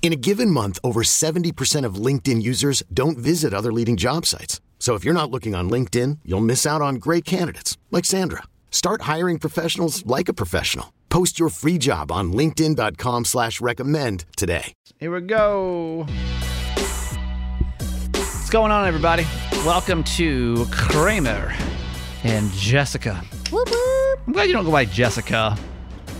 In a given month, over 70% of LinkedIn users don't visit other leading job sites. So if you're not looking on LinkedIn, you'll miss out on great candidates like Sandra. Start hiring professionals like a professional. Post your free job on linkedin.com slash recommend today. Here we go. What's going on, everybody? Welcome to Kramer and Jessica. Whoop whoop. I'm glad you don't go by Jessica.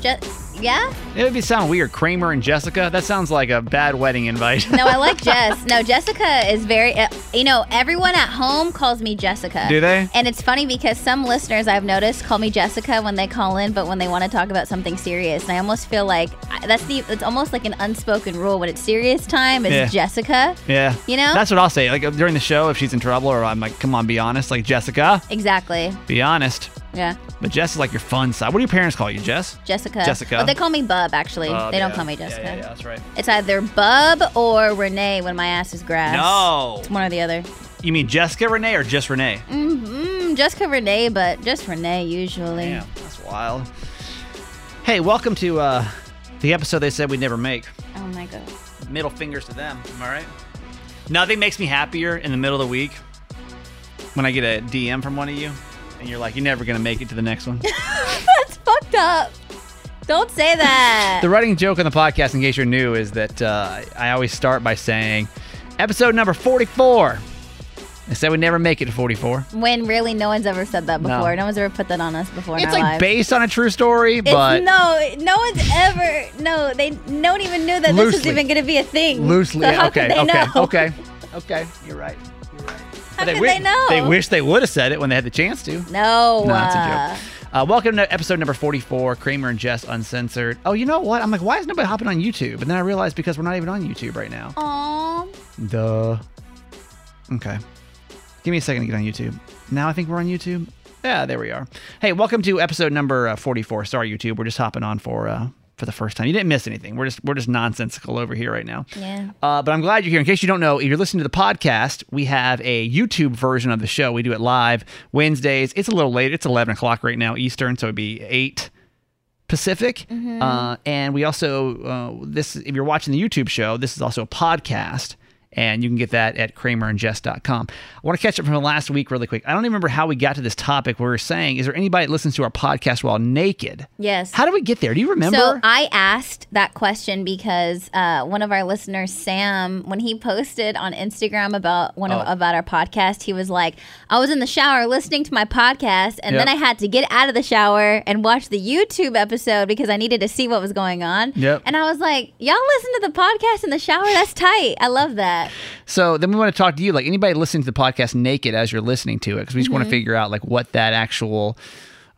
Je- yeah? It would be sound weird, Kramer and Jessica. That sounds like a bad wedding invite. No, I like Jess. No, Jessica is very. Uh, you know, everyone at home calls me Jessica. Do they? And it's funny because some listeners I've noticed call me Jessica when they call in, but when they want to talk about something serious, and I almost feel like I- that's the. It's almost like an unspoken rule when it's serious time. It's Yeah. Jessica. Yeah. You know? That's what I'll say. Like during the show, if she's in trouble, or I'm like, come on, be honest. Like, Jessica, Exactly. be honest. Yeah, But Jess is like your fun side. What do your parents call you, Jess? Jessica. Jessica. But they call me Bub. Actually, Bub, they Uh, don't yeah. call me Yeah, Jessica. Yeah, yeah, that's right. It's either Bub or Renee when my ass is grass. No. It's one or the other. You mean Jessica Renee or just Renee? Mm, mm, Jessica Renee, but just Renee usually. Yeah, that's wild. Hey, welcome to uh, the episode they said we'd never make. Oh my god. Middle fingers to them. Am I right? Nothing makes me happier in the middle of the week when I get a DM from one of you, and you're like, "You're never gonna make it to the next one." That's fucked up. Don't say that. the running joke on the podcast, in case you're new, is that uh, I always start by saying, "Episode number 44." They said we'd never make it to 44. when really no one's ever said that No. before. No, one's ever put that on us before. in It's our like lives. based on a true story, It's- but no, no one's ever. No, they no one even knew that this was Loosely. even going to be a thing. Loosely. So how okay, could they okay, know? okay. Okay. You're right. You're right. How could they know? They wish they would have said it when they had the chance to. No. No, that's uh, a joke. Uh, welcome to episode number 44, Kramer and Jess Uncensored. Oh, you know what? I'm like, why is nobody hopping on YouTube? And then I realized because we're not even on YouTube right now. Aw. Duh. Okay. Give me a second to get on YouTube. Now I think we're on YouTube. Yeah, there we are. Hey, welcome to episode number uh, 44. Sorry, YouTube. We're just hopping on for uh, for the first time. You didn't miss anything. We're just we're just nonsensical over here right now. Yeah. Uh, but I'm glad you're here. In case you don't know, if you're listening to the podcast, we have a YouTube version of the show. We do it live Wednesdays. It's a little late. It's 11 o'clock right now Eastern, so it'd be eight. Pacific. Mm-hmm. Uh, and we also uh, this if you're watching the YouTube show, this is also a podcast. And you can get that at kramerandjess.com. I want to catch up from last week really quick. I don't even remember how we got to this topic where we were saying, is there anybody that listens to our podcast while naked? Yes. How do we get there? Do you remember? So I asked that question because uh, one of our listeners, Sam, when he posted on Instagram about one of, Oh. about our podcast, he was like, "I was in the shower listening to my podcast, and then Yep. I had to get out of the shower and watch the YouTube episode because I needed to see what was going on." Yep. And I was like, "Y'all listen to the podcast in the shower? That's tight. I love that." So then we want to talk to you, like anybody listening to the podcast naked as you're listening to it, because we just want Mm-hmm. to figure out like what that actual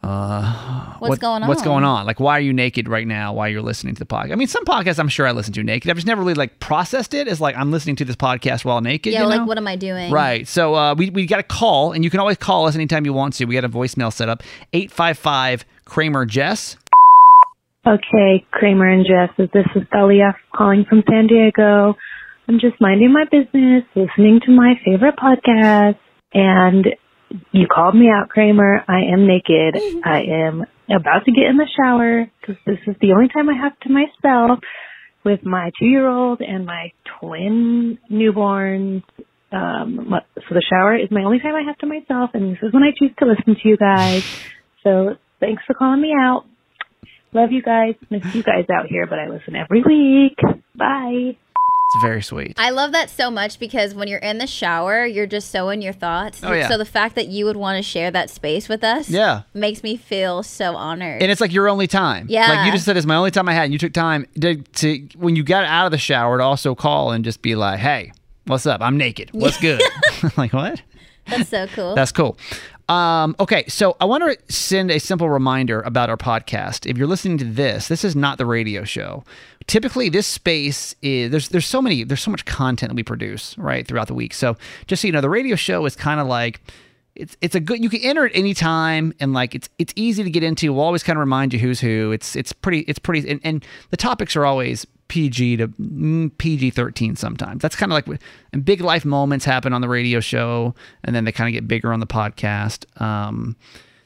uh, What's going What's on? going on? Like, why are you naked right now? While you're listening to the podcast? I mean, some podcasts I'm sure I listen to naked. I've just never really like processed it as like I'm listening to this podcast while naked. Yeah. you well, know? like, what am I doing? Right. So uh, we, we got a call, and you can always call us anytime you want to. We got a voicemail set up 855 Kramer Jess. Okay, Kramer and Jess, this is Thalia calling from San Diego. I'm just minding my business, listening to my favorite podcast, and you called me out, Kramer. I am naked. I am about to get in the shower because this is the only time I have to myself with my two year old and my twin newborns. Um, what- so the shower is my only time I have to myself, and this is when I choose to listen to you guys. So thanks for calling me out. Love you guys. Miss you guys out here, but I listen every week. Bye. It's very sweet. I love that so much because when you're in the shower, you're just so in your thoughts. Oh, yeah. So the fact that you would want to share that space with us Yeah. makes me feel so honored. And it's like your only time. Yeah. Like you just said, it's my only time I had. And you took time to, to when you got out of the shower to also call and just be like, hey, what's up? I'm naked. What's good? like, what? That's so cool. That's cool. Um, okay, so I want to send a simple reminder about our podcast. If you're listening to this, this is not the radio show. Typically, this space is there's there's so many there's so much content that we produce right throughout the week. So just so you know, the radio show is kind of like it's it's a good you can enter at any time and like it's it's easy to get into. We'll always kind of remind you who's who. It's it's pretty it's pretty and, and the topics are always PG to mm, PG 13 sometimes. That's kind of like what- and big life moments happen on the radio show and then they kind of get bigger on the podcast. Um,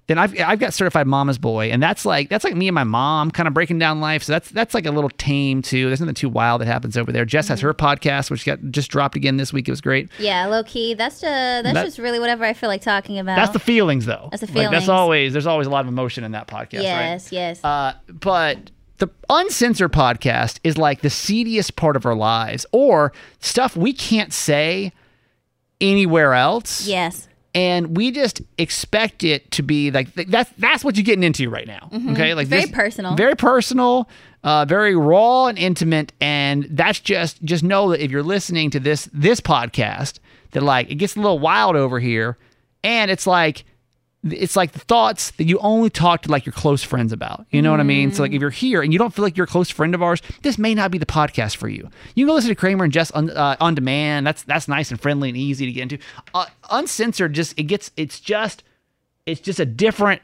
then I've, I've got certified mama's boy and that's like that's like me and my mom kind of breaking down life so that's that's like a little tame too there's nothing too wild that happens over there jess has her podcast which got just dropped again this week it was great yeah, low key. That's just that's That- just really whatever I feel like talking about. that's the feelings though That's the Like, that's feelings. always there's always a lot of emotion in that podcast right yes, yes. Uh, but the uncensored podcast is like the seediest part of our lives or stuff we can't say anywhere else. yes. And we just expect it to be like th- that's that's what you're getting into right now. Okay, like Mm-hmm. Very personal. very personal, uh, very raw and intimate. And that's just just know that if you're listening to this this podcast, that like it gets a little wild over here, and it's like it's like the thoughts that you only talk to like your close friends about. You know what I mean? So like if you're here and you don't feel like you're a close friend of ours, this may not be the podcast for you. You can go listen to Kramer and Jess on, uh, on demand. That's that's nice and friendly and easy to get into. Uh, uncensored just it gets it's just it's just a different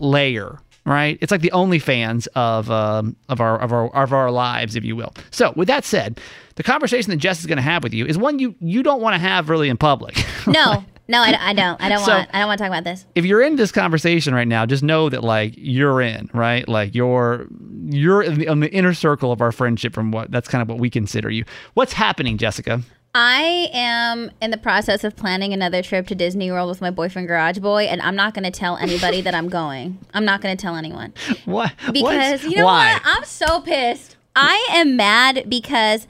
layer, right? It's like the OnlyFans of um, of our of our of our lives, if you will. So with that said, the conversation that Jess is going to have with you is one you you don't want to have really in public. No. No, I, I don't. I don't So- want. I don't want to talk about this. if you're in this conversation right now, just know that like you're in, right? Like you're you're in the, on the inner circle of our friendship. From what that's kind of what we consider you. What's happening, Jessica? I am in the process of planning another trip to Disney World with my boyfriend Garage Boy, and I'm not going to tell anybody that I'm going. I'm not going to tell anyone What? because what's- you know why? what? I'm so pissed. I am mad because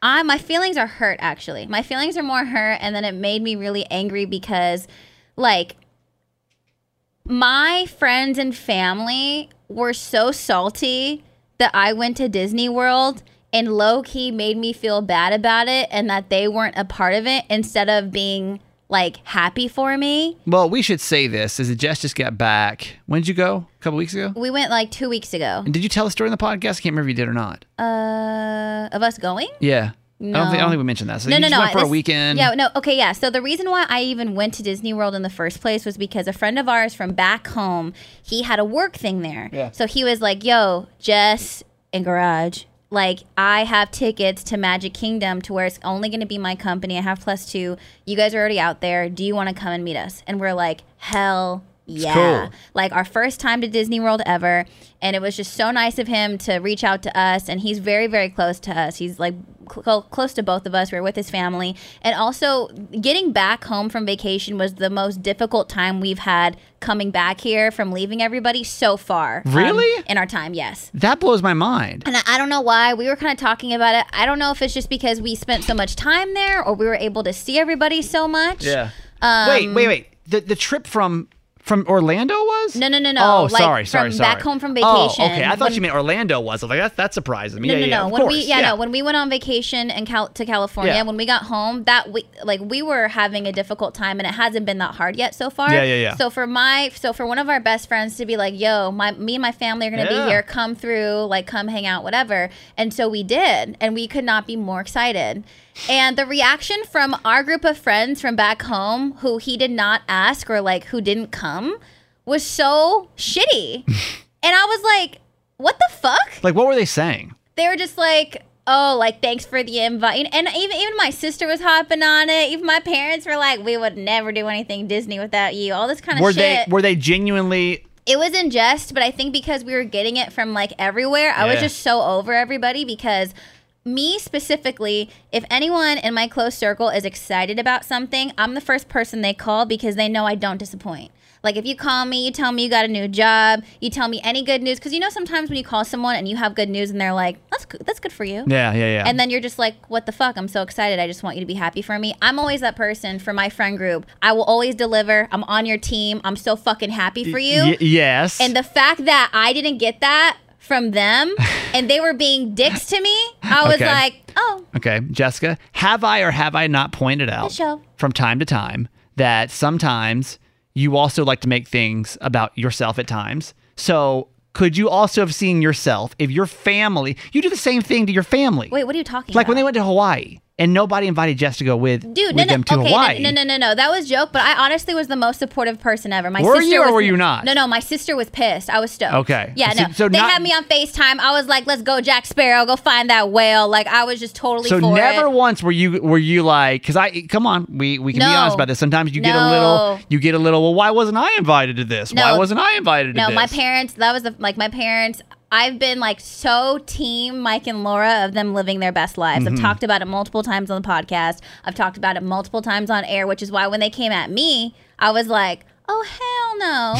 I my feelings are hurt. Actually, my feelings are more hurt, and then it made me really angry because, like, my friends and family were so salty that I went to Disney World and low key made me feel bad about it and that they weren't a part of it instead of being like happy for me. Well, we should say this: is that Jess just got back? When did you go? A couple weeks ago. We went like two weeks ago. And did you tell us during the podcast? I can't remember if you did or not. Uh, of us going? Yeah. I don't think I No. don't think we mentioned that. So no, you no, just no. went I- for a this- weekend. Yeah, no. Okay, yeah. So the reason why I even went to Disney World in the first place was because a friend of ours from back home, he had a work thing there. Yeah. So he was like, "Yo, Jess and Garage, like I have tickets to Magic Kingdom to where it's only going to be my company. I have plus two. You guys are already out there. Do you want to come and meet us?" And we're like, "Hell." Yeah. cool. Like our first time to Disney World ever. And it was just so nice of him to reach out to us. And he's very, very close to us. He's like cl- close to both of us. We were with his family. And also, getting back home from vacation was the most difficult time we've had coming back here from leaving everybody so far. um, Really? in our time, yes. That blows my mind. And I- I don't know why. We were kind of talking about it. I don't know if it's just because we spent so much time there or we were able to see everybody so much. Um, wait, wait, wait. The the trip from from Orlando was? No, no, no, no. Oh, Like, sorry, sorry, from sorry. back home from Oh, okay. I vacation. thought When- you meant Orlando was. I'm like that, that surprises me. No, yeah, no, yeah, no. Of when course. we yeah, no, when we went on vacation in Cal- to California, Yeah. when we got home, that we like we were having a difficult time, and it hasn't been that hard yet so far. Yeah, yeah, yeah. So for my so for one of our best friends to be like, "Yo, my me and my family are gonna Yeah. be here. Come through, like come hang out, whatever." And so we did, and we could not be more excited. And the reaction from our group of friends from back home, who he did not ask or like who didn't come, was so shitty, and I was like, "What the fuck?" Like what were they saying? they were just like, oh, like thanks for the invite, and, and even even my sister was hopping on it. Even my parents were like, we would never do anything Disney without you. All this kind of Were they shit. were they genuinely it was in jest, but I think because we were getting it from like everywhere, I was Yeah. just so over everybody because. Me specifically, if anyone in my close circle is excited about something, I'm the first person they call because they know I don't disappoint. Like if you call me, you tell me you got a new job, you tell me any good news, because you know sometimes when you call someone and you have good news and they're like, "Let's c- that's good for you. Yeah, yeah, yeah. And then you're just like, what the fuck? I'm so excited. I just want you to be happy for me. I'm always that person for my friend group. I will always deliver. I'm on your team. I'm so fucking happy for you. Y- yes. And the fact that I didn't get that from them and they were being dicks to me, I was Okay. like, oh, Okay, Jessica, have I or have I not pointed out show. from time to time that sometimes you also like to make things about yourself at times? So, could you also have seen yourself if your family, you do the same thing to your family? wait, what are you talking like about? when they went to Hawaii and nobody invited Jess to go with, with Dude, no, no, them to okay, Hawaii. no, no, no, no, that was joke. But I honestly was the most supportive person ever. My Were sister you or was, were you not? No, no, my sister was pissed. I was stoked. Okay. yeah, So- no. so they not- had me on Facetime. I was like, "Let's go, Jack Sparrow. Go find that whale." Like I was just totally So for never it. once were you were you like because I come on we we can be No. honest about this sometimes you get a No. little you get a little well why wasn't I invited to this No. why wasn't I invited to No, this my parents. That was the like my parents. I've been like so team Mike and Laura of them living their best lives. Mm-hmm. I've talked about it multiple times on the podcast. I've talked about it multiple times on air, which is why when they came at me, I was like, "Oh hell no!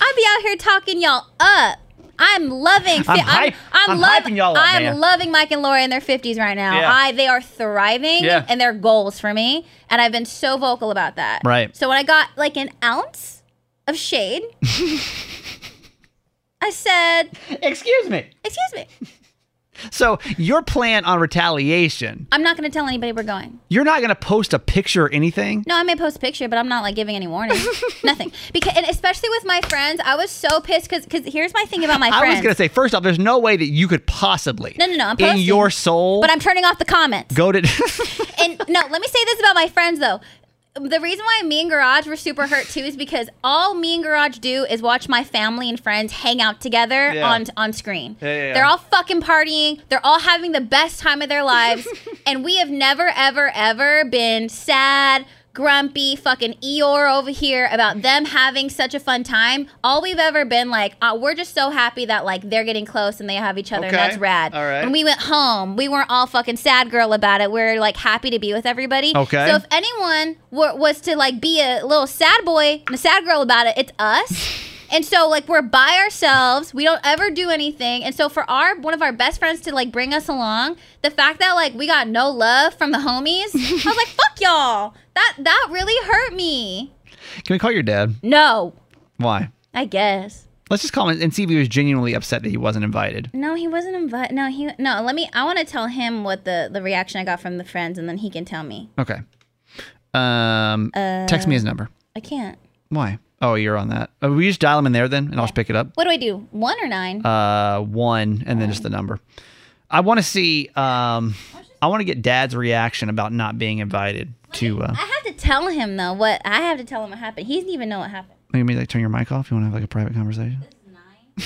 I'd be out here talking y'all up. I'm loving. I'm hype- I'm hyping y'all up, I'm man. loving Mike and Laura in their 50s right now. Yeah. I they are thriving Yeah. and they're goals for me, and I've been so vocal about that. Right. So when I got like an ounce of shade. I said, excuse me "Excuse me, So your plan on retaliation, I'm not going to tell anybody we're going. you're not going to post a picture or anything. No, I may post a picture, but I'm not like giving any warning, nothing. Because and especially with my friends, I was so pissed because because here's my thing about my I friends. was going to say first off, there's no way that you could possibly No, no, no, I'm in posting. your soul but I'm turning off the comments. go to and no, let me say this about my friends though. The reason why me and Garage were super hurt too is because all me and Garage do is watch my family and friends hang out together Yeah. on on screen. Yeah, yeah, yeah. They're all fucking partying. They're all having the best time of their lives, and we have never, ever, ever been sad. Grumpy fucking Eeyore over here about them having such a fun time. All we've ever been like, uh, we're just so happy that like they're getting close and they have each other, and Okay. that's rad. All right. When we went home, we weren't all fucking sad girl about it. We are like happy to be with everybody. Okay. So if anyone were, was to like be a little sad boy and a sad girl about it, it's us. And so like we're by ourselves. We don't ever do anything. And so for our one of our best friends to like bring us along, the fact that like we got no love from the homies, I was like, fuck y'all. That that really hurt me. Can we call your dad? No, Why? I guess. Let's just call him and see if he was genuinely upset that he wasn't invited. No, he wasn't invited. No, he no. Let me. I want to tell him what the the reaction I got from the friends, and then he can tell me. Okay. Um text me his number. I can't. Why? Oh, you're on that. Oh, we just dial him in there then and I'll just pick it up. What do I do? One or nine? uh, one, and then just the number. I want to see. Um, I want to get Dad's reaction about not being invited to. Uh, I have to tell him though what I have to tell him what happened. He didn't even know what happened. maybe like turn your mic off. You want to have like a private conversation.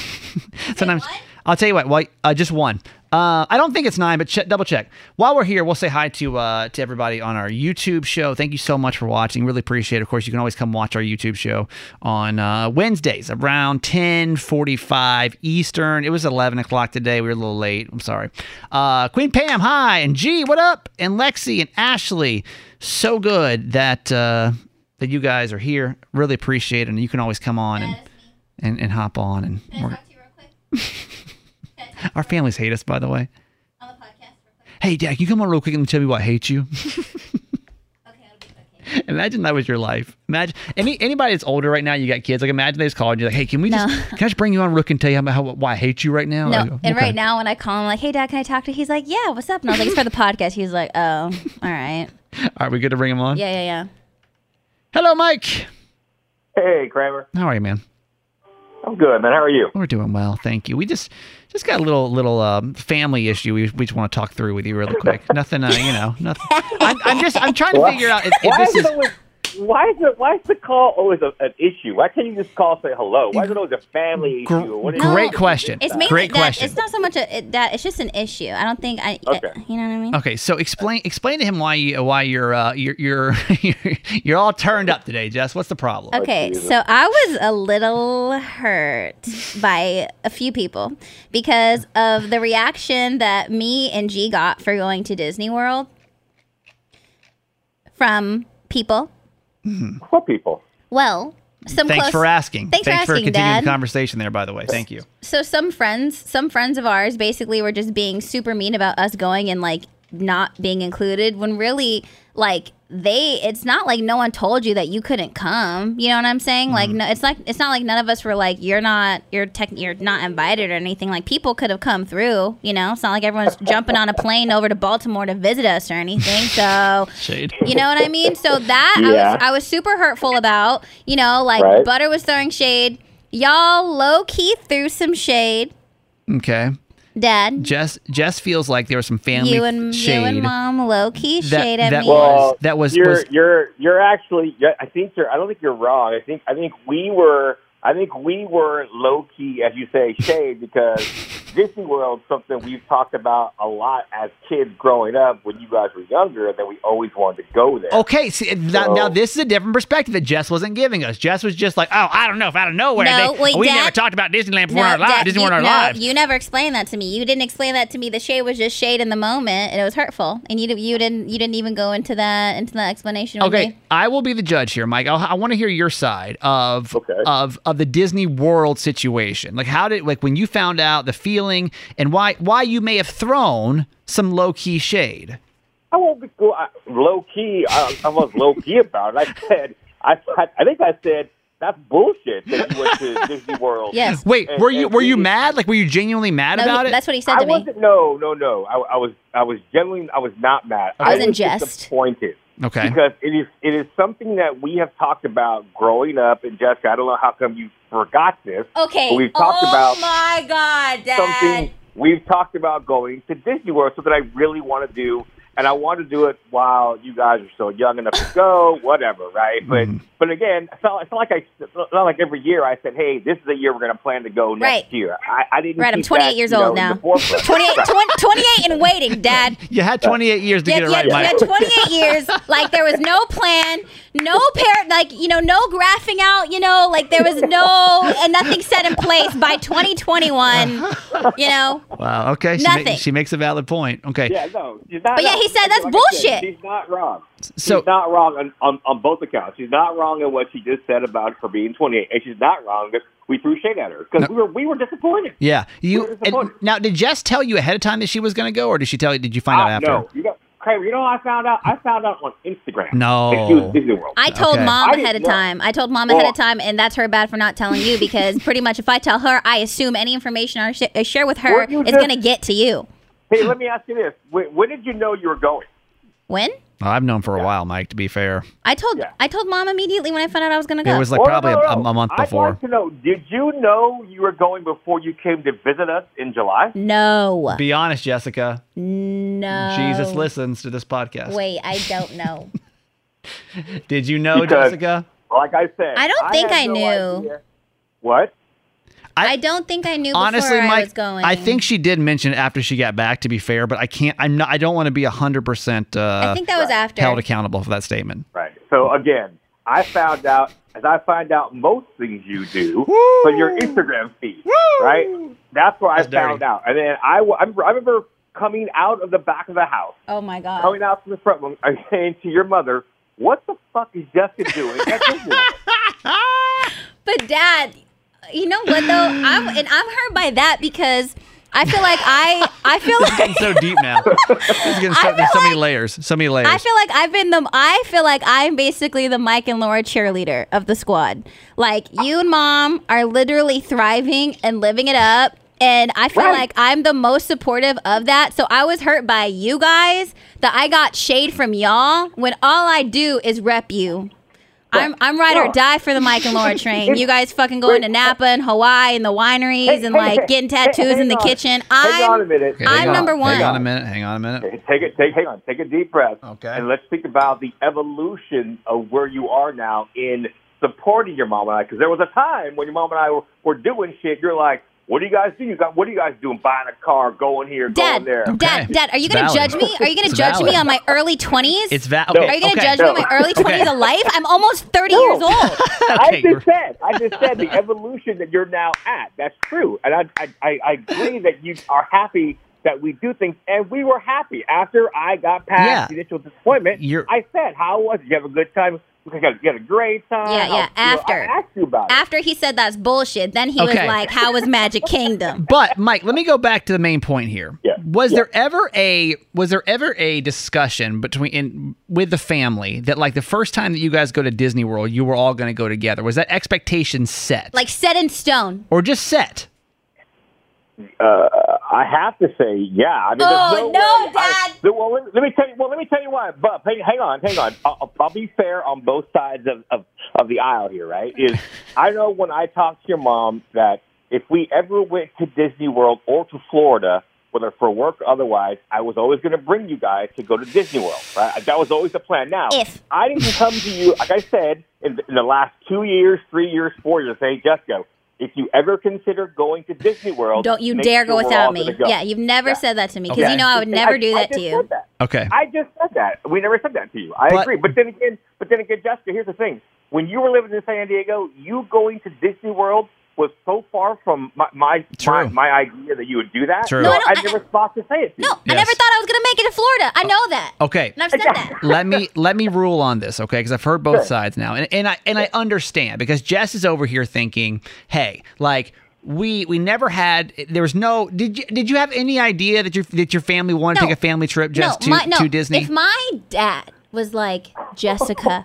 Sometimes I'll tell you what. Well, uh, just one. Uh, I don't think it's nine, but che double check. While we're here, we'll say hi to uh, to everybody on our YouTube show. Thank you so much for watching. Really appreciate. it. Of course, you can always come watch our YouTube show on uh, Wednesdays around ten forty five Eastern. It was eleven o'clock today. We were a little late. I'm sorry. Uh, Queen Pam, hi, and G, what up? And Lexi and Ashley. So good that uh, that you guys are here. Really appreciate it. And you can always come on and and, and hop on and. we're- our families hate us, by the way. Hey, Dad, can you come on real quick and tell me what hates you? Imagine that was your life. Imagine any anybody that's older right now. You got kids. Like imagine they just called you like, "Hey, can we just can I just bring you on Rook and tell you how, how why I hate you right now?" No, I go, and Oh, "Okay." right now when I call him like, "Hey, Dad, can I talk to?" you?" He's like, "Yeah, what's up?" And I was like, "It's for the podcast." He's like, "Oh, all right, Are we good to bring him on? yeah, yeah, yeah." Hello, Mike. Hey, Kramer. How are you, man? I'm good, man. How are you? We're doing well, thank you. We just just got a little little um, family issue. We, we just want to talk through with you really quick. nothing, uh, you know, nothing. I'm, I'm just I'm trying to figure out if, if Why is, this is it always, why is it? Why is the call always a, an issue? Why can't you just call and say hello? Why is it always a family Gr- issue? What is great it? question. It's mainly Great that. question. It's not so much a, it, that. It's just an issue. I don't think I. Okay. you know what I mean? Okay, so explain explain to him why you why you're uh, you're you're you're all turned up today, Jess. What's the problem? Okay, so I was a little hurt by a few people because of the reaction that me and G got for going to Disney World from people. What people? Well, Some Thanks close- for asking. Thanks for asking, continuing Dad. the conversation there, by the way. Thank you. so some friends some friends of ours basically were just being super mean about us going and like not being included when really like they it's not like no one told you that you couldn't come you know what i'm saying like no it's like it's not like none of us were like you're not you're tech you're not invited or anything like people could have come through you know it's not like everyone's jumping on a plane over to baltimore to visit us or anything so Shade. you know what I mean? So that I Yeah. was I was super hurtful about. You know, like Right. Butter was throwing shade. Y'all low key threw some shade, Okay. Dad. Jess Jess feels like there was some family you and shade. you and Mom low key That- shade at that me. was- that was- you're was- you're you're actually yeah, I think you're I don't think you're wrong. I think I think we were I think we were low key as you say shade because Disney World something we've talked about a lot as kids growing up when you guys were younger that we always wanted to go there. Okay, see, and that- So- now this is a different perspective that Jess wasn't giving us. Jess was just like, "Oh, I don't know if out of nowhere No, they, wait, we Dad- never talked about Disneyland before in our lives. Dad, Disney you, World in no, our lives." you never explained that to me. You didn't explain that to me. The shade was just shade in the moment, and it was hurtful. And you di- you didn't you didn't even go into that into the explanation. with Okay, me. I will be the judge here, Mike. I'll, I want to hear your side of Okay. of of the Disney World situation. Like, how did like when you found out the feeling and why why you may have thrown some low key shade? I won't be cool. I, low key. I, I was low key about it. I said I I, I think I said that's bullshit that you went to Disney World. Yes. Wait, And- were you and were you we- mad? Like, were you genuinely mad No, he- about it? that's what he said I to me. wasn't. No, no, no. I, I was. I was genuinely. I was not mad. It was in was jest. disappointed. Okay. Because it is. It is something that we have talked about growing up. And Jessica, I don't know how come you forgot this. Okay. But we've talked oh about my God, Dad. something we've talked about going to Disney World, something I really want to do, and I want to do it while you guys are still young enough to go, whatever, right? But Mm-hmm. but again, it's not, it's not like I, it's not like every year I said, hey, this is the year we're going to plan to go next Right. year. I, I didn't. Right, I'm keep 28 that, years you know, old in now. the forefront. 28, 20 28 and waiting, Dad. you had 28 years to Yeah, get it yeah, right, yeah, Mike. 28 years. Like there was no plan, no parent, like you know, no graphing out. You know, like there was no and nothing set in place by 2021. You know, Wow. Okay. She, ma- Nothing. she makes a valid point. Okay. Yeah, no, she's not. But yeah, no. he said that's Like I bullshit. Said, she's not wrong. So- she's not wrong on, on, on both accounts. She's not wrong in what she just said about her being 28, and she's not wrong that we threw shade at her because we were we were disappointed. Yeah. We were You and, disappointed. now did Jess tell you ahead of time that she was going to go, or did she tell you? Did you find out Ah, after? No, you know, Kramer, you know what I found out? I found out on Instagram. No. That she was at Disney World. I told Okay. mom I ahead of didn't know. time. I told mom ahead of time, and that's her bad for not telling you because pretty much if I tell her, I assume any information I, sh- I share with her Weren't you is just- going to get to you. hey, let me ask you this: when, when did you know you were going? When? Well, I've known for a while, Mike. To be fair, I told Yeah. I told mom immediately when I found out I was going to go. it was like Oh, no, probably a- no, a, no. a month I'd before. like to know: Did you know you were going before you came to visit us in July? no, Be honest, Jessica. no. Jesus listens to this podcast. Wait, I don't know. Did you know, Because- Jessica? Like I said, I don't think had I no knew. idea. What? I- I, don't think I knew before Honestly, I Mike, was going. I think she did mention it after she got back. To be fair, but I can't. I'm not. I don't want to be hundred percent I uh, think that was after. held accountable for that statement. Right. So again, I found out as I find out most things you do from your Instagram feed. Right. That's where That's I found dirty. out, and then I, w- I remember- I remember coming out of the back of the house. oh my god. coming out from the front room and saying to your mother, "What the fuck is Jessica doing?" at Disney World?" But dad, you know what though? I'm and I'm hurt by that because I feel like I I feel Getting like so deep now. This is gonna start, feel there's so many layers. So many layers. I feel like I've been the I feel like I'm basically the Mike and Laura cheerleader of the squad. Like you and mom are literally thriving and living it up. And I feel Right. like I'm the most supportive of that. So I was hurt by you guys that I got shade from y'all when all I do is rep you. I'm I'm ride or die for the Mike and Laura train. You guys fucking going to Napa and Hawaii and the wineries and like getting tattoos in the kitchen. Hang on a I'm minute. Okay, hang I'm on. number one. Hang on a minute. Hang on a minute. Take it. Take hang on. Take a deep breath. Okay. And let's think about the evolution of where you are now in supporting your mom and I. Because there was a time when your mom and I were, were doing shit. You're like, "What do you guys do? You got what are you guys doing? Buying a car, going here, Dad, going there." Dad, Okay. Dad, are you It's gonna valid. judge me? Are you gonna It's judge valid. me on my early twenties? It's va- No. okay, Are you gonna okay. judge me on my early Okay. twenties of life? I'm almost 30 years old. I Okay, just said, I just said the evolution that you're now at. That's true, and I, I, I, I agree that you are happy that we do things, and we were happy after I got past Yeah. the initial disappointment. You're- I said, "How was? It? Did you have a good time? because you had, you had a great time. Yeah, yeah, I was- you know, after. I asked you about it. After he said that's bullshit, then he Okay. was like, "How was Magic Kingdom?" But Mike, let me go back to the main point here. Yeah. Was Yeah. there ever a was there ever a discussion between in, with the family that like the first time that you guys go to Disney World, you were all going to go together? Was that expectation set? Like set in stone. or just set? Uh, I have to say, yeah. I mean, there's Oh, no, way- I- Dad. there- well, let, let me tell you. Well, let me tell you why. But hang, hang on, hang on. I'll, I'll- I'll be fair on both sides of, of of the aisle here. Right? Is I know when I talked to your mom that if we ever went to Disney World or to Florida, whether for work or otherwise, I was always going to bring you guys to go to Disney World. Right? That was always the plan. Now, If. I didn't come to you, like I said, in the, in the last two years, three years, four years, hey, Jessica. If you ever consider going to Disney World, Don't you make dare go sure we're all without me. gonna go. Yeah, you've never said that to me because Yeah. you know I would never do I that to just said you. that. Okay. I just said that. We never said that to you. I But- agree. But then again, but then again, Jessica, here's the thing: when you were living in San Diego, you going to Disney World was so far from my my my, True. my idea that you would do that. True. So No, I don't- I- never thought to say it. To No, you. I never Yes. thought I was gonna make it to Florida. I know that. Okay. And I've said that. let me let me rule on this, okay? Because I've heard both Sure. sides now, and and I and I understand because Jess is over here thinking, hey, like we we never had there was no did you did you have any idea that your that your family wanted to No. take a family trip just to, my- to Disney? If my dad was like Jessica,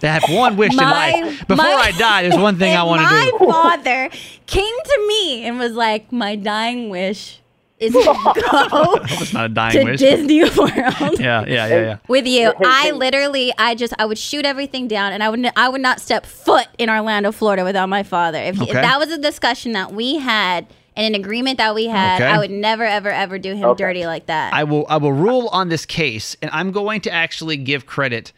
That I have one wish my, in life. Before my- I die, there's one thing if I want My to do. father came to me and was like, "My dying wish is to go It's not a dying to wish. Disney World." Yeah, yeah, yeah, yeah. With you, I literally, I just, I would shoot everything down, and I would, I would not step foot in Orlando, Florida, without my father. If, he- if Okay. that was a discussion that we had and an agreement that we had, Okay. I would never, ever, ever do him Okay. dirty like that. I will I will rule on this case and I'm going to actually give credit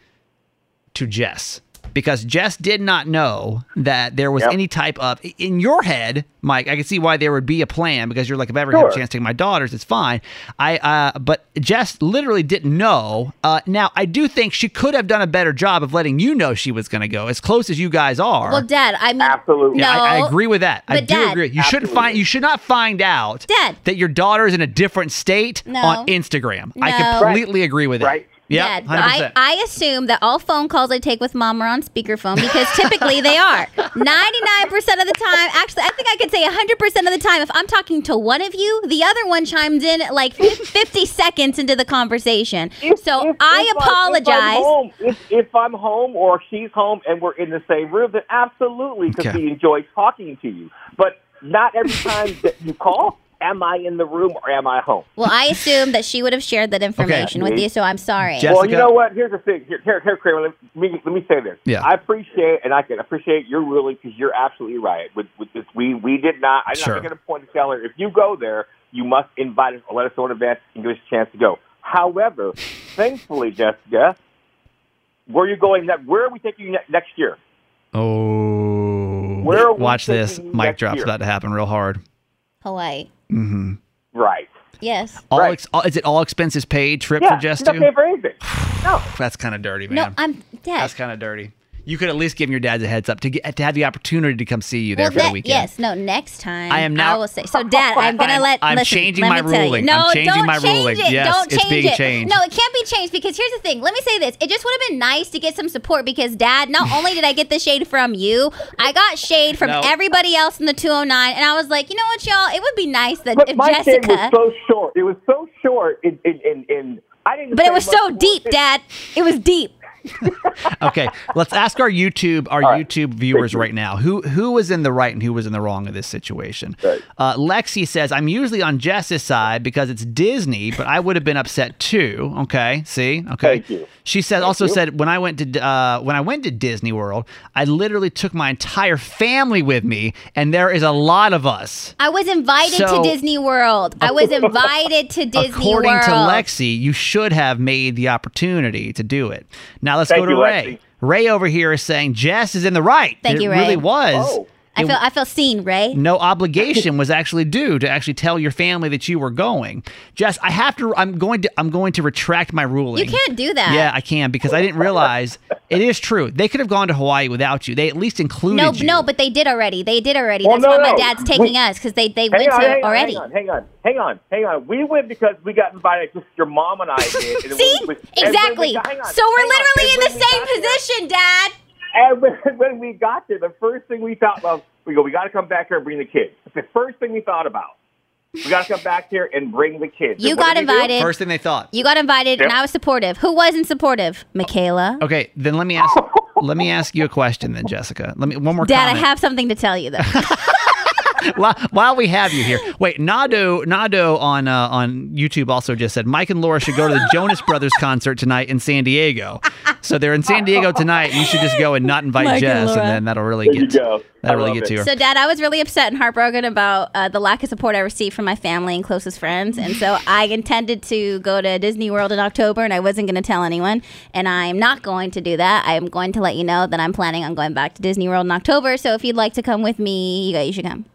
to Jess because Jess did not know that there was Yep. any type of in your head, Mike. I can see why there would be a plan because you're like, if I ever have a Sure. chance to take my daughters, it's fine. I uh, but Jess literally didn't know. Uh, now I do think she could have done a better job of letting you know she was going to go as close as you guys are. well, Dad, I mean, Absolutely. no, Yeah, I, I agree with that. I But do Dad- agree. You shouldn't find. You should not find out Dad. that your daughter is in a different state No. on Instagram. I No. completely agree with that. Right. Yeah, Dad, hundred I, percent. I assume that all phone calls I take with mom are on speakerphone because typically they are. 99% of the time, actually, I think I could say 100% of the time, if I'm talking to one of you, the other one chimes in like fif- 50 seconds into the conversation. If- so if- I if apologize. If I'm, home, if, if I'm home or she's home and we're in the same room, then absolutely, because Okay. we enjoy talking to you. But not every time that you call, am I in the room or am I home? well, I assume that she would have shared that information with you, so I'm sorry. Jess- Well, you Jessica? know what? Here's the thing. Here, here, here Kramer. Let me let me say this. Yeah. I appreciate and I can appreciate your ruling because you're absolutely right. With with this, we we did not. I'm Sure. not making a point to tell her if you go there, you must invite us or let us know in advance and give us a chance to go. However, thankfully, Jessica, where are you going? Ne- where are we taking you ne- next year? oh, Where are we watch this. taking you Mic next drops year? about to happen real hard. Hawaii. Right. Yes. All, Right. ex- all is it all expenses paid trip Yeah. for Jess she's not too? paying for anything. No. That's kind of dirty, man. No, I'm Dad. That's kind of dirty. You could at least give your dads a heads up to get to have the opportunity to come see you there Well, for the that- weekend. yes, no. Next time, I am now- I will say so, Dad. I'm gonna I'm- let. I'm listen, changing let my me tell you. ruling. No, I'm changing don't my change ruling. It. Yes, don't it's change being it. changed. No, it can't be changed because here's the thing. Let me say this. It just would have been nice to get some support because, Dad, not only did I get the shade from you, I got shade from No. everybody else in the 209, and I was like, you know what, y'all? It would be nice that But if my Jessica, thing was so short. It was so short. In in in, in I didn't. but say it was much so more. deep, Dad. It was deep. okay, let's ask our YouTube our right. YouTube viewers right now who who was in the right and who was in the wrong of this situation. Right. Uh, Lexi says I'm usually on Jess's side because it's Disney, but I would have been upset too. Okay, see, okay. Thank you. She said also said when I went to uh, when I went to Disney World, I literally took my entire family with me, and there is a lot of us. I was invited So- to Disney World. I was invited to Disney According World. to Lexi, you should have made the opportunity to do it. Now let's Thank go to you, Ray. Lexi. Ray over here is saying Jess is in the right. Thank it you, really Ray. was. Oh. I feel I feel seen, Ray. no obligation was actually due to actually tell your family that you were going. Jess, I have to. I'm going to. I'm going to retract my ruling. You can't do that. Yeah, I can because I didn't realize it is true. They could have gone to Hawaii without you. They at least included No, you. no, but they did already. They did already. Well, That's Oh, no, why my no. dad's taking We- us because they they Hang went on, to hang on, already. Hang on, hang on, hang on, hang on. We went because we got invited. Just your mom and I did. and See, it was- and when we exactly. got- hang on, so we're hang on. literally in And the when we same got there- position, Dad. And when, when we got there, the first thing we thought, well, we go, we got to come back here and bring the kids. That's the first thing we thought about. We got to come back here and bring the kids. You And what got did we do? invited. First thing they thought. You got invited, and Yep. I was supportive. Who wasn't supportive? Michaela. Okay, then let me ask. let me ask you a question, then, Jessica. Let me one more. Dad, I comment. have something to tell you though. while, while we have you here, wait, Nado Nado on uh, on YouTube also just said Mike and Laura should go to the Jonas Brothers concert tonight in San Diego. So they're in San Diego tonight. You should just go and not invite Mike and Jess, and, Laura. then that'll really There you get go. I that'll really love get it. to her. So, Dad, I was really upset and heartbroken about uh, the lack of support I received from my family and closest friends. And so I intended to go to Disney World in October and I wasn't going to tell anyone. And I'm not going to do that. I'm going to let you know that I'm planning on going back to Disney World in October. So, if you'd like to come with me, you, guys, you should come.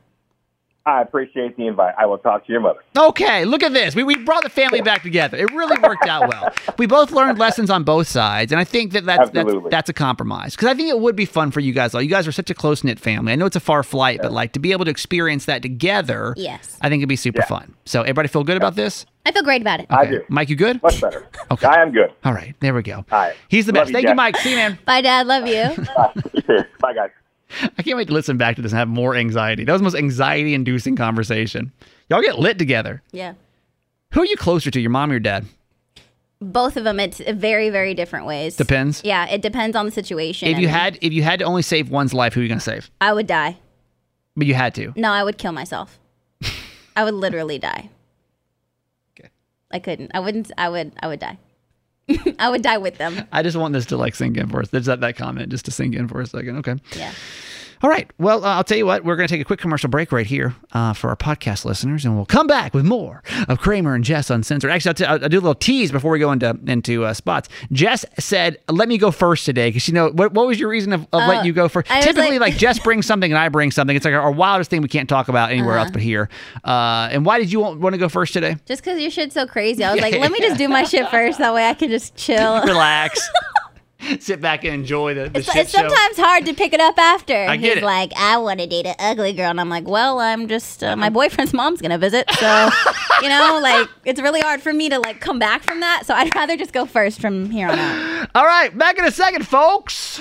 I appreciate the invite. I will talk to your mother. Okay, look at this. We, we brought the family back together. It really worked out well. We both learned lessons on both sides, and I think that that's that's, Absolutely. that's a compromise because I think it would be fun for you guys all. You guys are such a close knit family. I know it's a far flight, but like to be able to experience that together, Yes. I think it'd be super fun. So everybody feel good about this? I feel great about it. I Okay. do. Mike, you good? Much better. Okay. I am good. All right, there we go. All right. He's the best. Love you, Thank you, Jack. Mike. See you, man. Bye, Dad. Love you. Bye, guys. I can't wait to listen back to this and have more anxiety. That was the most anxiety inducing conversation. Y'all get lit together. yeah. Who are you closer to, your mom or your dad? Both of them, it's very, very different ways. Depends. Yeah, it depends on the situation. If you I mean, had if you had to only save one's life, who are you gonna save? I would die. But you had to. No, I would kill myself. I would literally die. Okay. I couldn't. I wouldn't. I would. I would die. I would die with them. I just want this to like sink in for us. There's that, that comment just to sink in for a second. Okay. Yeah. All right. Well, uh, I'll tell you what. We're going to take a quick commercial break right here uh, for our podcast listeners, and we'll come back with more of Kramer and Jess Uncensored. Actually, I'll, t- I'll I'll do a little tease before we go into into uh, spots. Jess said, "Let me go first today," because you know what, what was your reason of, of letting you go first? Uh, I was Typically, like, like- Jess brings something and I bring something. It's like our, our wildest thing we can't talk about anywhere Uh-huh. else but here. Uh, and why did you want, want to go first today? Just because your shit's so crazy, I was like, let me just do my shit first. That way, I can just chill. Relax, sit back and enjoy the, the It's, shit it's show. sometimes hard to pick it up after. I get He's it. like, I want to date an ugly girl, and I'm like, well, I'm just uh, Uh-huh. my boyfriend's mom's gonna visit, so you know, like it's really hard for me to like come back from that. So I'd rather just go first from here on out. All right, back in a second, folks.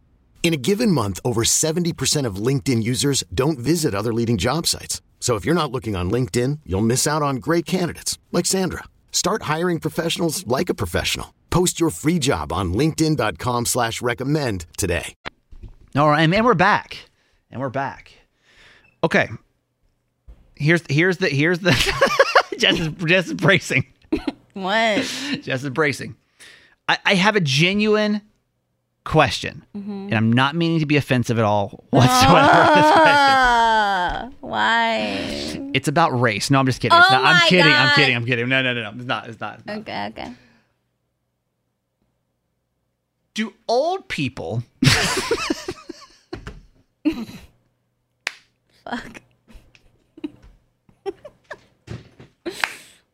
In a given month, over 70% of LinkedIn users don't visit other leading job sites. So if you're not looking on LinkedIn, you'll miss out on great candidates like Sandra. Start hiring professionals like a professional. Post your free job on linkedin.com/recommend slash recommend today. All right, and, and we're back, and we're back. Okay, here's here's the here's the Jess is, Jess is bracing. What? Jess is bracing. I, I have a genuine question, and I'm not meaning to be offensive at all whatsoever. in this question. Uh, Why? It's about race. No, I'm just kidding. It's Oh not, I'm my kidding. I'm God. kidding. I'm kidding. No, no, no, no. It's not. It's not. It's not. Okay, okay. Do old people Fuck.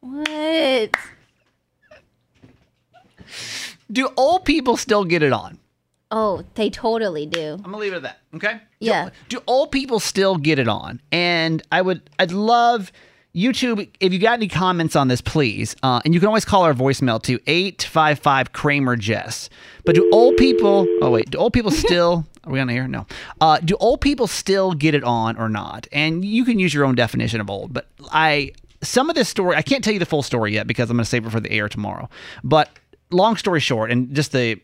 what? do old people still get it on? Oh, they totally do. I'm gonna leave it at that. Okay. Yeah. Do old people still get it on? And I would, I'd love YouTube. If you got any comments on this, please. Uh, and you can always call our voicemail to eight five five Kramer Jess. But do old people? Oh wait, do old people still? Are we on here? No. Uh, do old people still get it on or not? And you can use your own definition of old. But I, some of this story, I can't tell you the full story yet because I'm gonna save it for the air tomorrow. But long story short, and just the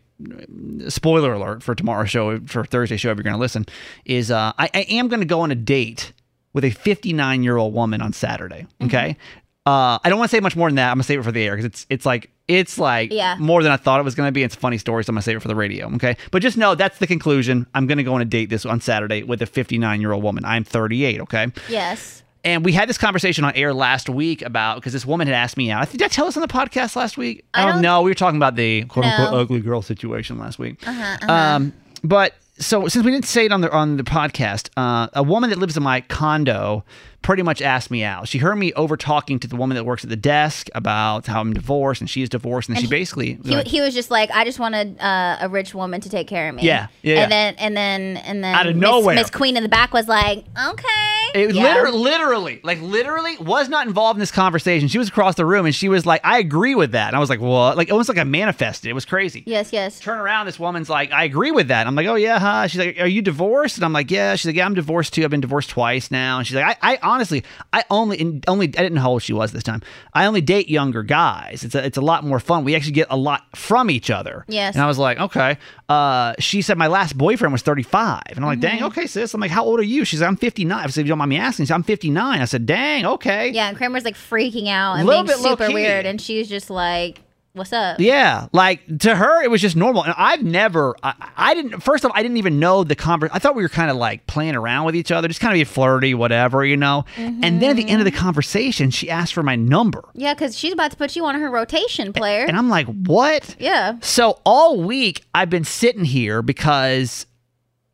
spoiler alert for tomorrow's show, for Thursday's show, if you're going to listen, is uh, I, I am going to go on a date with a 59 year old woman on Saturday. Okay. Uh, I don't want to say much more than that. I'm gonna save it for the air because it's it's like it's like Yeah. more than I thought it was gonna be. It's a funny story, so I'm gonna save it for the radio. Okay, but just know that's the conclusion. I'm gonna go on a date this on Saturday with a 59 year old woman. I'm 38. Okay, Yes. and we had this conversation on air last week about because this woman had asked me out. I think did I tell us on the podcast last week? I don't- know. We were talking about the quote unquote No. Uh-huh, ugly girl situation last week. Um, but so since we didn't say it on the on the podcast, uh, a woman that lives in my condo pretty much asked me out. She heard me over talking to the woman that works at the desk about how I'm divorced and she's divorced, and, she basically He, he was just like, I just wanted uh, a rich woman to take care of me. Yeah, yeah, yeah. And then and then and then Out of Miss- nowhere. Miss Queen in the back was like, okay. It Yeah. literally, literally, like literally was not involved in this conversation. She was across the room and she was like, I agree with that. And I was like, what? Like, almost like I manifested. It was crazy. Yes, yes. Turn around, this woman's like, I agree with that. I'm like, oh yeah, huh? She's like, are you divorced? And I'm like, yeah. She's like, yeah, I'm divorced too. I've been divorced twice now. And she's like, I, I honestly, I only, and only, I didn't know how old she was this time. I only date younger guys. It's a, it's a lot more fun. We actually get a lot from each other. Yes. And I was like, okay. Uh, she said my last boyfriend was 35, and I'm like, Mm-hmm. dang, okay, sis. I'm like, how old are you? She's like, I'm 59. I said, if you don't mind me asking, she said, I'm 59. I said, dang, okay. Yeah, and Kramer's like freaking out and Little being bit low super key. weird, and she's just like, "What's up?" Yeah, like to her, it was just normal. And I've never, I, I didn't. First off, I didn't even know the conversation. I thought we were kind of like playing around with each other, just kind of be flirty, whatever, you know. And then at the end of the conversation, she asked for my number, Yeah, because she's about to put you on her rotation, player. and I'm like, "What?" yeah. So all week I've been sitting here because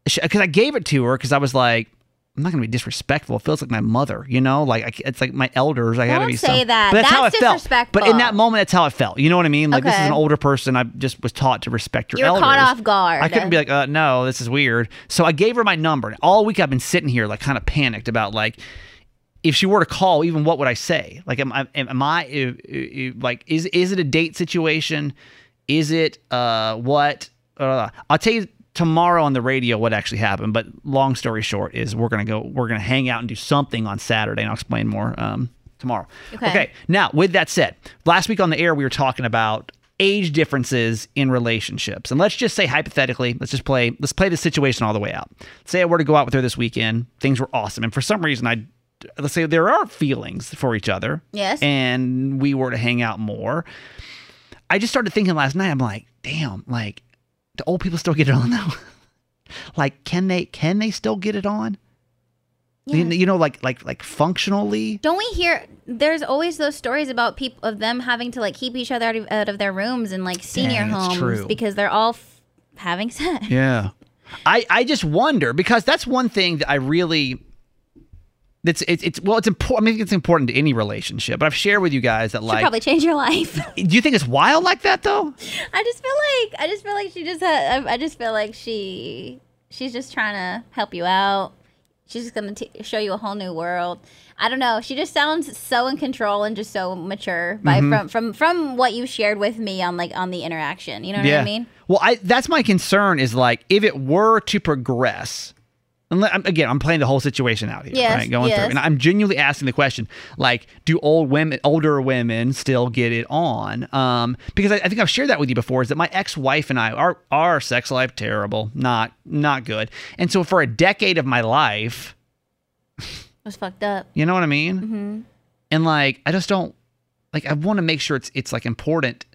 because I gave it to her because I was like, I'm not gonna be disrespectful. It feels like my mother, you know, like I, c- it's like my elders. I gotta Don't be say some- that. But that's, how it That's felt. But in disrespectful. that moment, that's how it felt. You know what I mean? Like this is Okay. an older person. I just was taught to respect your You were elders. caught off guard. eh? I couldn't be like, uh, no, this is weird. So I gave her my number. And all week I've been sitting here like kind of panicked about like if she were to call, even what would I say? Like, am, I- am, am I eh, eh, eh, like is is it a date situation? Is it uh what? Uh, I'll tell you tomorrow on the radio what actually happened. But long story short is we're gonna go we're gonna hang out and do something on Saturday, and I'll explain more um tomorrow. Okay. Now, with that said, last week on the air we were talking about age differences in relationships, and let's just say hypothetically, let's just play let's play this situation all the way out. Say I were to go out with her this weekend, things were awesome, and for some reason I let's say there are feelings for each other. Yes. And we were to hang out more. I just started thinking last night. I'm like, damn, like, do old people still get it on though? like, can they can they still get it on? You, you know, like like like functionally. Don't we hear? There's always those stories about people of them having to like keep each other out of, out of their rooms and like senior Dang, that's homes true. because they're all f- having sex. Yeah. I I just wonder because that's one thing that I really that's it's, it's well it's important. I mean it's important to any relationship, but I've shared with you guys that Should like probably change your life. do you think it's wild like that though? I just feel like I just feel like she just had, I, I just feel like she she's just trying to help you out. She's just gonna t- show you a whole new world. I don't know. She just sounds so in control and just so mature by Mm-hmm. from from from what you shared with me on like on the interaction. You know what I mean? Well, I that's my concern is like if it were to progress. And let- I'm- again, I'm playing the whole situation out here, Yes, right? Going yes. through, and I'm genuinely asking the question: like, do old women, older women, still get it on? Um, because I, I think I've shared that with you before. Is that my ex-wife and I our our sex life terrible, not not good, and so for a decade of my life, It was fucked up. you know what I mean? Mm-hmm. And like, I just don't like. I want to make sure it's it's like important.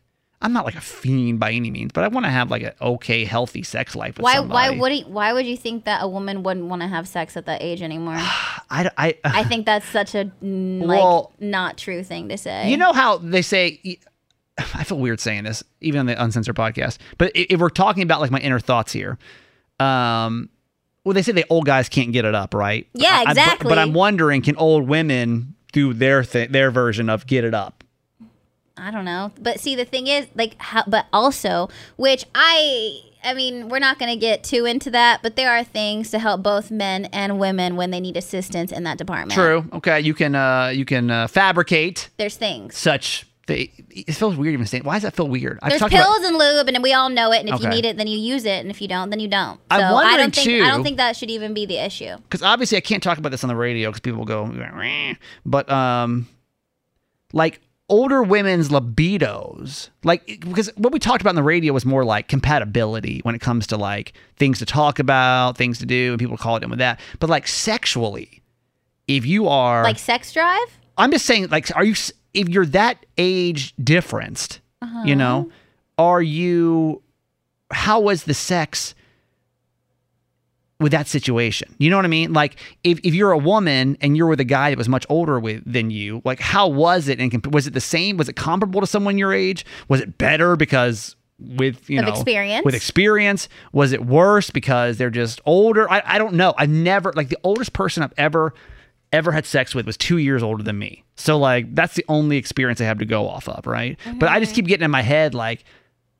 I'm not like a fiend by any means, but I want to have like an okay, healthy sex life. With Why? Why somebody. would he, Why would you think that a woman wouldn't want to have sex at that age anymore? I? I, uh, I think that's such a mm, like Well- not true thing to say. You know how they say, I feel weird saying this, even on the Uncensored podcast, but i- if we're talking about like my inner thoughts here, um, well, they say the old guys can't get it up, right? Yeah, I- I- but- exactly. but, I'm wondering, can old women do their th- their version of get it up? I don't know. But see, the thing is, like, how, but also, which I, I mean, we're not going to get too into that, but there are things to help both men and women when they need assistance in that department. True. Okay, you can uh, you can uh, fabricate There's things. such. Th- it feels weird even saying. Why does that feel weird? I've There's talked pills about- and lube, and we all know it. And if you Okay. need it, then you use it, and if you don't, then you don't. So I'm I wondering, don't think I too- don't think that should even be the issue. because obviously I can't talk about this on the radio because people will go, "Meh." but um, like older women's libidos, like because what we talked about on the radio was more like compatibility when it comes to like things to talk about, things to do, and people call it in with that. But like sexually, if you are, Like sex drive. I'm just saying, like, are you s- if you're that age differenced, Uh-huh. you know, are you? How was the sex? with that situation. You know what I mean? Like if, if you're a woman and you're with a guy that was much older with than you, like how was it? And comp- was it the same? Was it comparable to someone your age? Was it better because with you Of know experience? With experience, was it worse because they're just older? I, I don't know. I've never like the oldest person I've ever ever had sex with was two years older than me. So like that's the only experience I have to go off of, right? But I Mm-hmm. just keep getting in my head like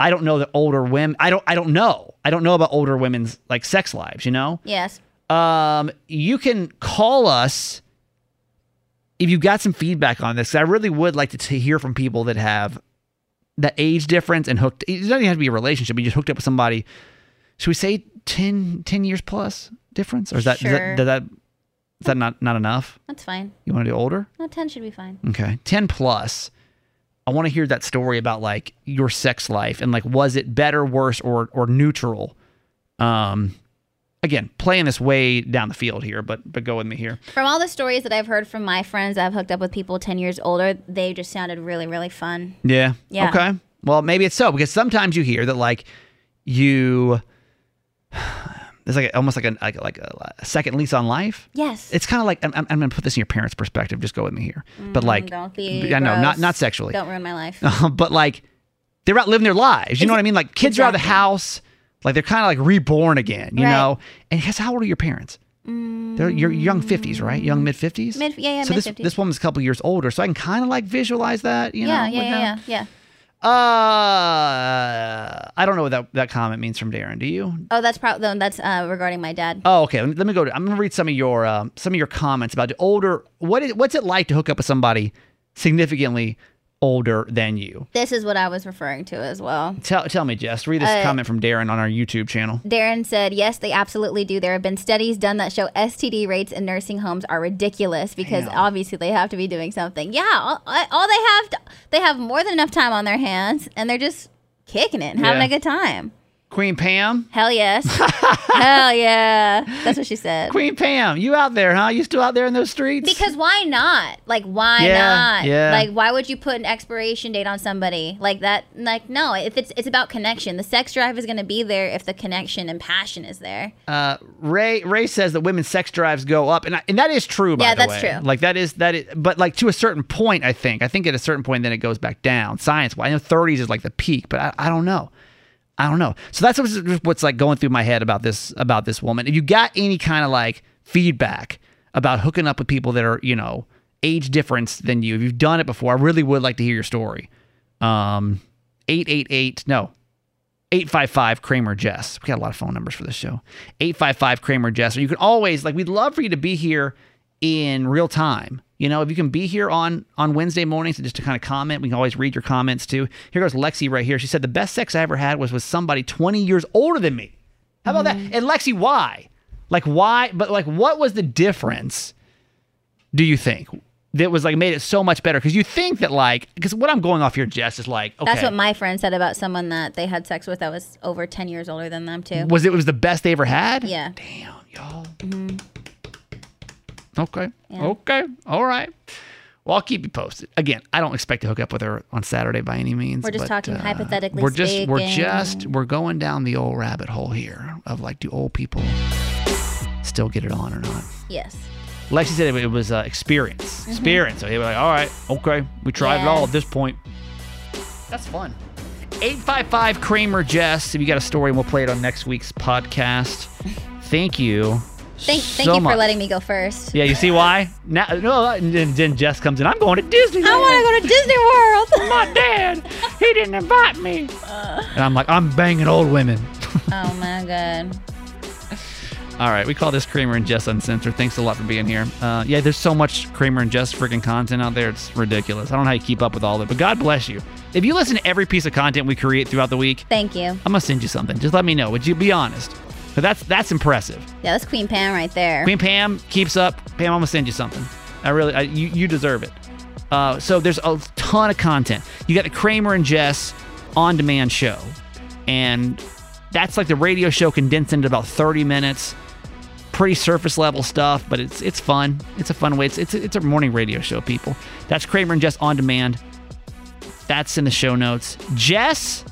I don't know that older women. I don't. I don't know. I don't know about older women's like sex lives. You know. Yes. Um, you can call us if you've got some feedback on this. 'cause I really would like to, to hear from people that have the age difference and hooked. It doesn't even have to be a relationship. but You just hooked up with somebody. Should we say 10, 10 years plus difference, or is that, Sure. is that does that is that not not enough? That's fine. You want to do older? No, ten should be fine. Okay. 10 plus. I want to hear that story about like your sex life and like was it better, worse, or or neutral? Um again, playing this way down the field here, but but go with me here. From all the stories that I've heard from my friends that I've hooked up with people ten years older, they just sounded really, really fun. Yeah. Yeah. Okay. Well, maybe it's so because sometimes you hear that like you there's like a, almost like a like, like a, a second lease on life. Yes. It's kind of like I'm, I'm I'm gonna put this in your parents' perspective. Just go with me here, but like Mm, don't be. I know not gross. not sexually. Don't ruin my life. Uh-huh, but like they're out living their lives. You know what I mean? Like kids are out of the Exactly. house, like they're kind of like reborn again, you Right. know? And guess how old are your parents? They're your young 50s, right? Young mid 50s? Mid- yeah, yeah, So this, mid-fifties. this woman's a couple years older, so I can kind of like visualize that, you yeah, know? yeah, with yeah, them. yeah, yeah. Uh, I don't know what that, that comment means from Darren. Do you? Oh, that's probably that's uh, regarding my dad. Oh, okay. Let me, let me go. To, I'm gonna read some of your um, some of your comments about the older. What is what's it like to hook up with somebody significantly older than you? This is what I was referring to as well. Tell tell me, Jess. Read this comment from Darren on our YouTube channel. Darren said, "Yes, they absolutely do. There have been studies done that show STD rates in nursing homes are ridiculous because obviously they have to be doing something. Yeah, all, I- all they have, to, they have more than enough time on their hands, and they're just kicking it, and having Yeah. a good time. Queen Pam. Hell yes, hell yeah. That's what she said. Queen Pam, you out there, huh? You still out there in those streets? uh, Because why not? Like why Yeah, not? yeah. Like why would you put an expiration date on somebody like that? Like no, if it's it's about connection. The sex drive is going to be there if the connection and passion is there. uh, Ray Ray says that women's sex drives go up, and I, and that is true. By Yeah, the that's way. true. Like that is that is, but like to a certain point, I think. I think at a certain point, then it goes back down. Science, well, I know thirties is like the peak, but I, I don't know. I don't know. So that's what's, what's like going through my head about this about this woman. If you got any kind of like feedback about hooking up with people that are you know age difference than you, if you've done it before, I really would like to hear your story. Um, eight eight eight no 855 Kramer Jess. We got a lot of phone numbers for this show. 855 Kramer Jess. Or you can always like we'd love for you to be here in real time. You know, if you can be here on on Wednesday mornings and just to kind of comment, we can always read your comments too. Here goes Lexi right here. She said the best sex I ever had was with somebody 20 years older than me. How about that? And Lexi, why? Like why? But like what was the difference? do you think that was like made it so much better? Because you think that like because what I'm going off here, Jess, is like okay, That's what my friend said about someone that they had sex with that was over ten years older than them too. was it was the best they ever had. Yeah. Mm-hmm. Damn, y'all. Okay. Okay. All right. Well, I'll keep you posted. Again, I don't expect to hook up with her on Saturday by any means. We're just but, uh, talking hypothetically We're just we're speaking. just we're going down the old rabbit hole here of like, do old people still get it on or not? Yes. Lexi said it, it was uh, experience, experience. So he was like, all right, okay, we tried it all Mm-hmm. Yeah. at this point. That's fun. 855 Kramer Jess. If you got a story, we'll play it on next week's podcast. Thank you. Thank, thank so you for much. letting me go first. Yeah, you see why? Now, no, and then then Jess comes in. I'm going to Disneyland. I want to go to Disney My dad, World. he didn't invite me. Uh. And I'm like, I'm banging old women. oh my god. All right, we call this Kramer and Jess Uncensored. Thanks a lot for being here. Uh, yeah, there's so much Kramer and Jess freaking content out there. It's ridiculous. I don't know how you keep up with all of it, but God bless you. If you listen to every piece of content we create throughout the week, Thank you. I'm gonna send you something. Just let me know. Would you be honest? But that's that's impressive. Yeah, that's Queen Pam right there. Queen Pam keeps up. Pam, I'm gonna send you something. I really, I, you, you deserve it. Uh, so there's a ton of content. You got the Kramer and Jess on-demand show, and that's like the radio show condensed into about 30 minutes. Pretty surface level stuff, but it's it's fun. It's a fun way. It's it's, it's a morning radio show, people. That's Kramer and Jess on demand. That's in the show notes. Jess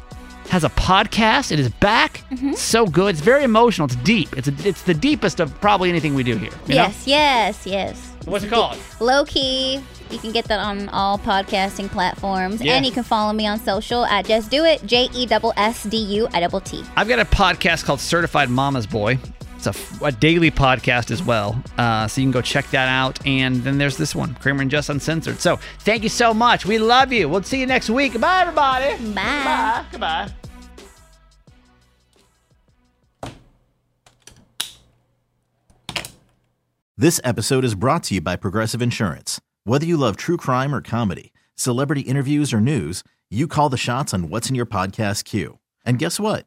has a podcast. It is back. So good. It's very emotional. It's deep. It's it's the deepest of probably anything we do here. you know? Yes, yes, yes. What's it called? Low key. You can get that on all podcasting platforms. Yeah. And you can follow me on social at Just Do It, J E S S D U I double T. I've got a podcast called Certified Mama's Boy. It's a, a daily podcast as well. Uh, so you can go check that out. And then there's this one, Kramer and Jess Uncensored. So thank you so much. We love you. We'll see you next week. Bye, everybody. Bye. Goodbye. This episode is brought to you by Progressive Insurance. Whether you love true crime or comedy, celebrity interviews or news, you call the shots on what's in your podcast queue. And guess what?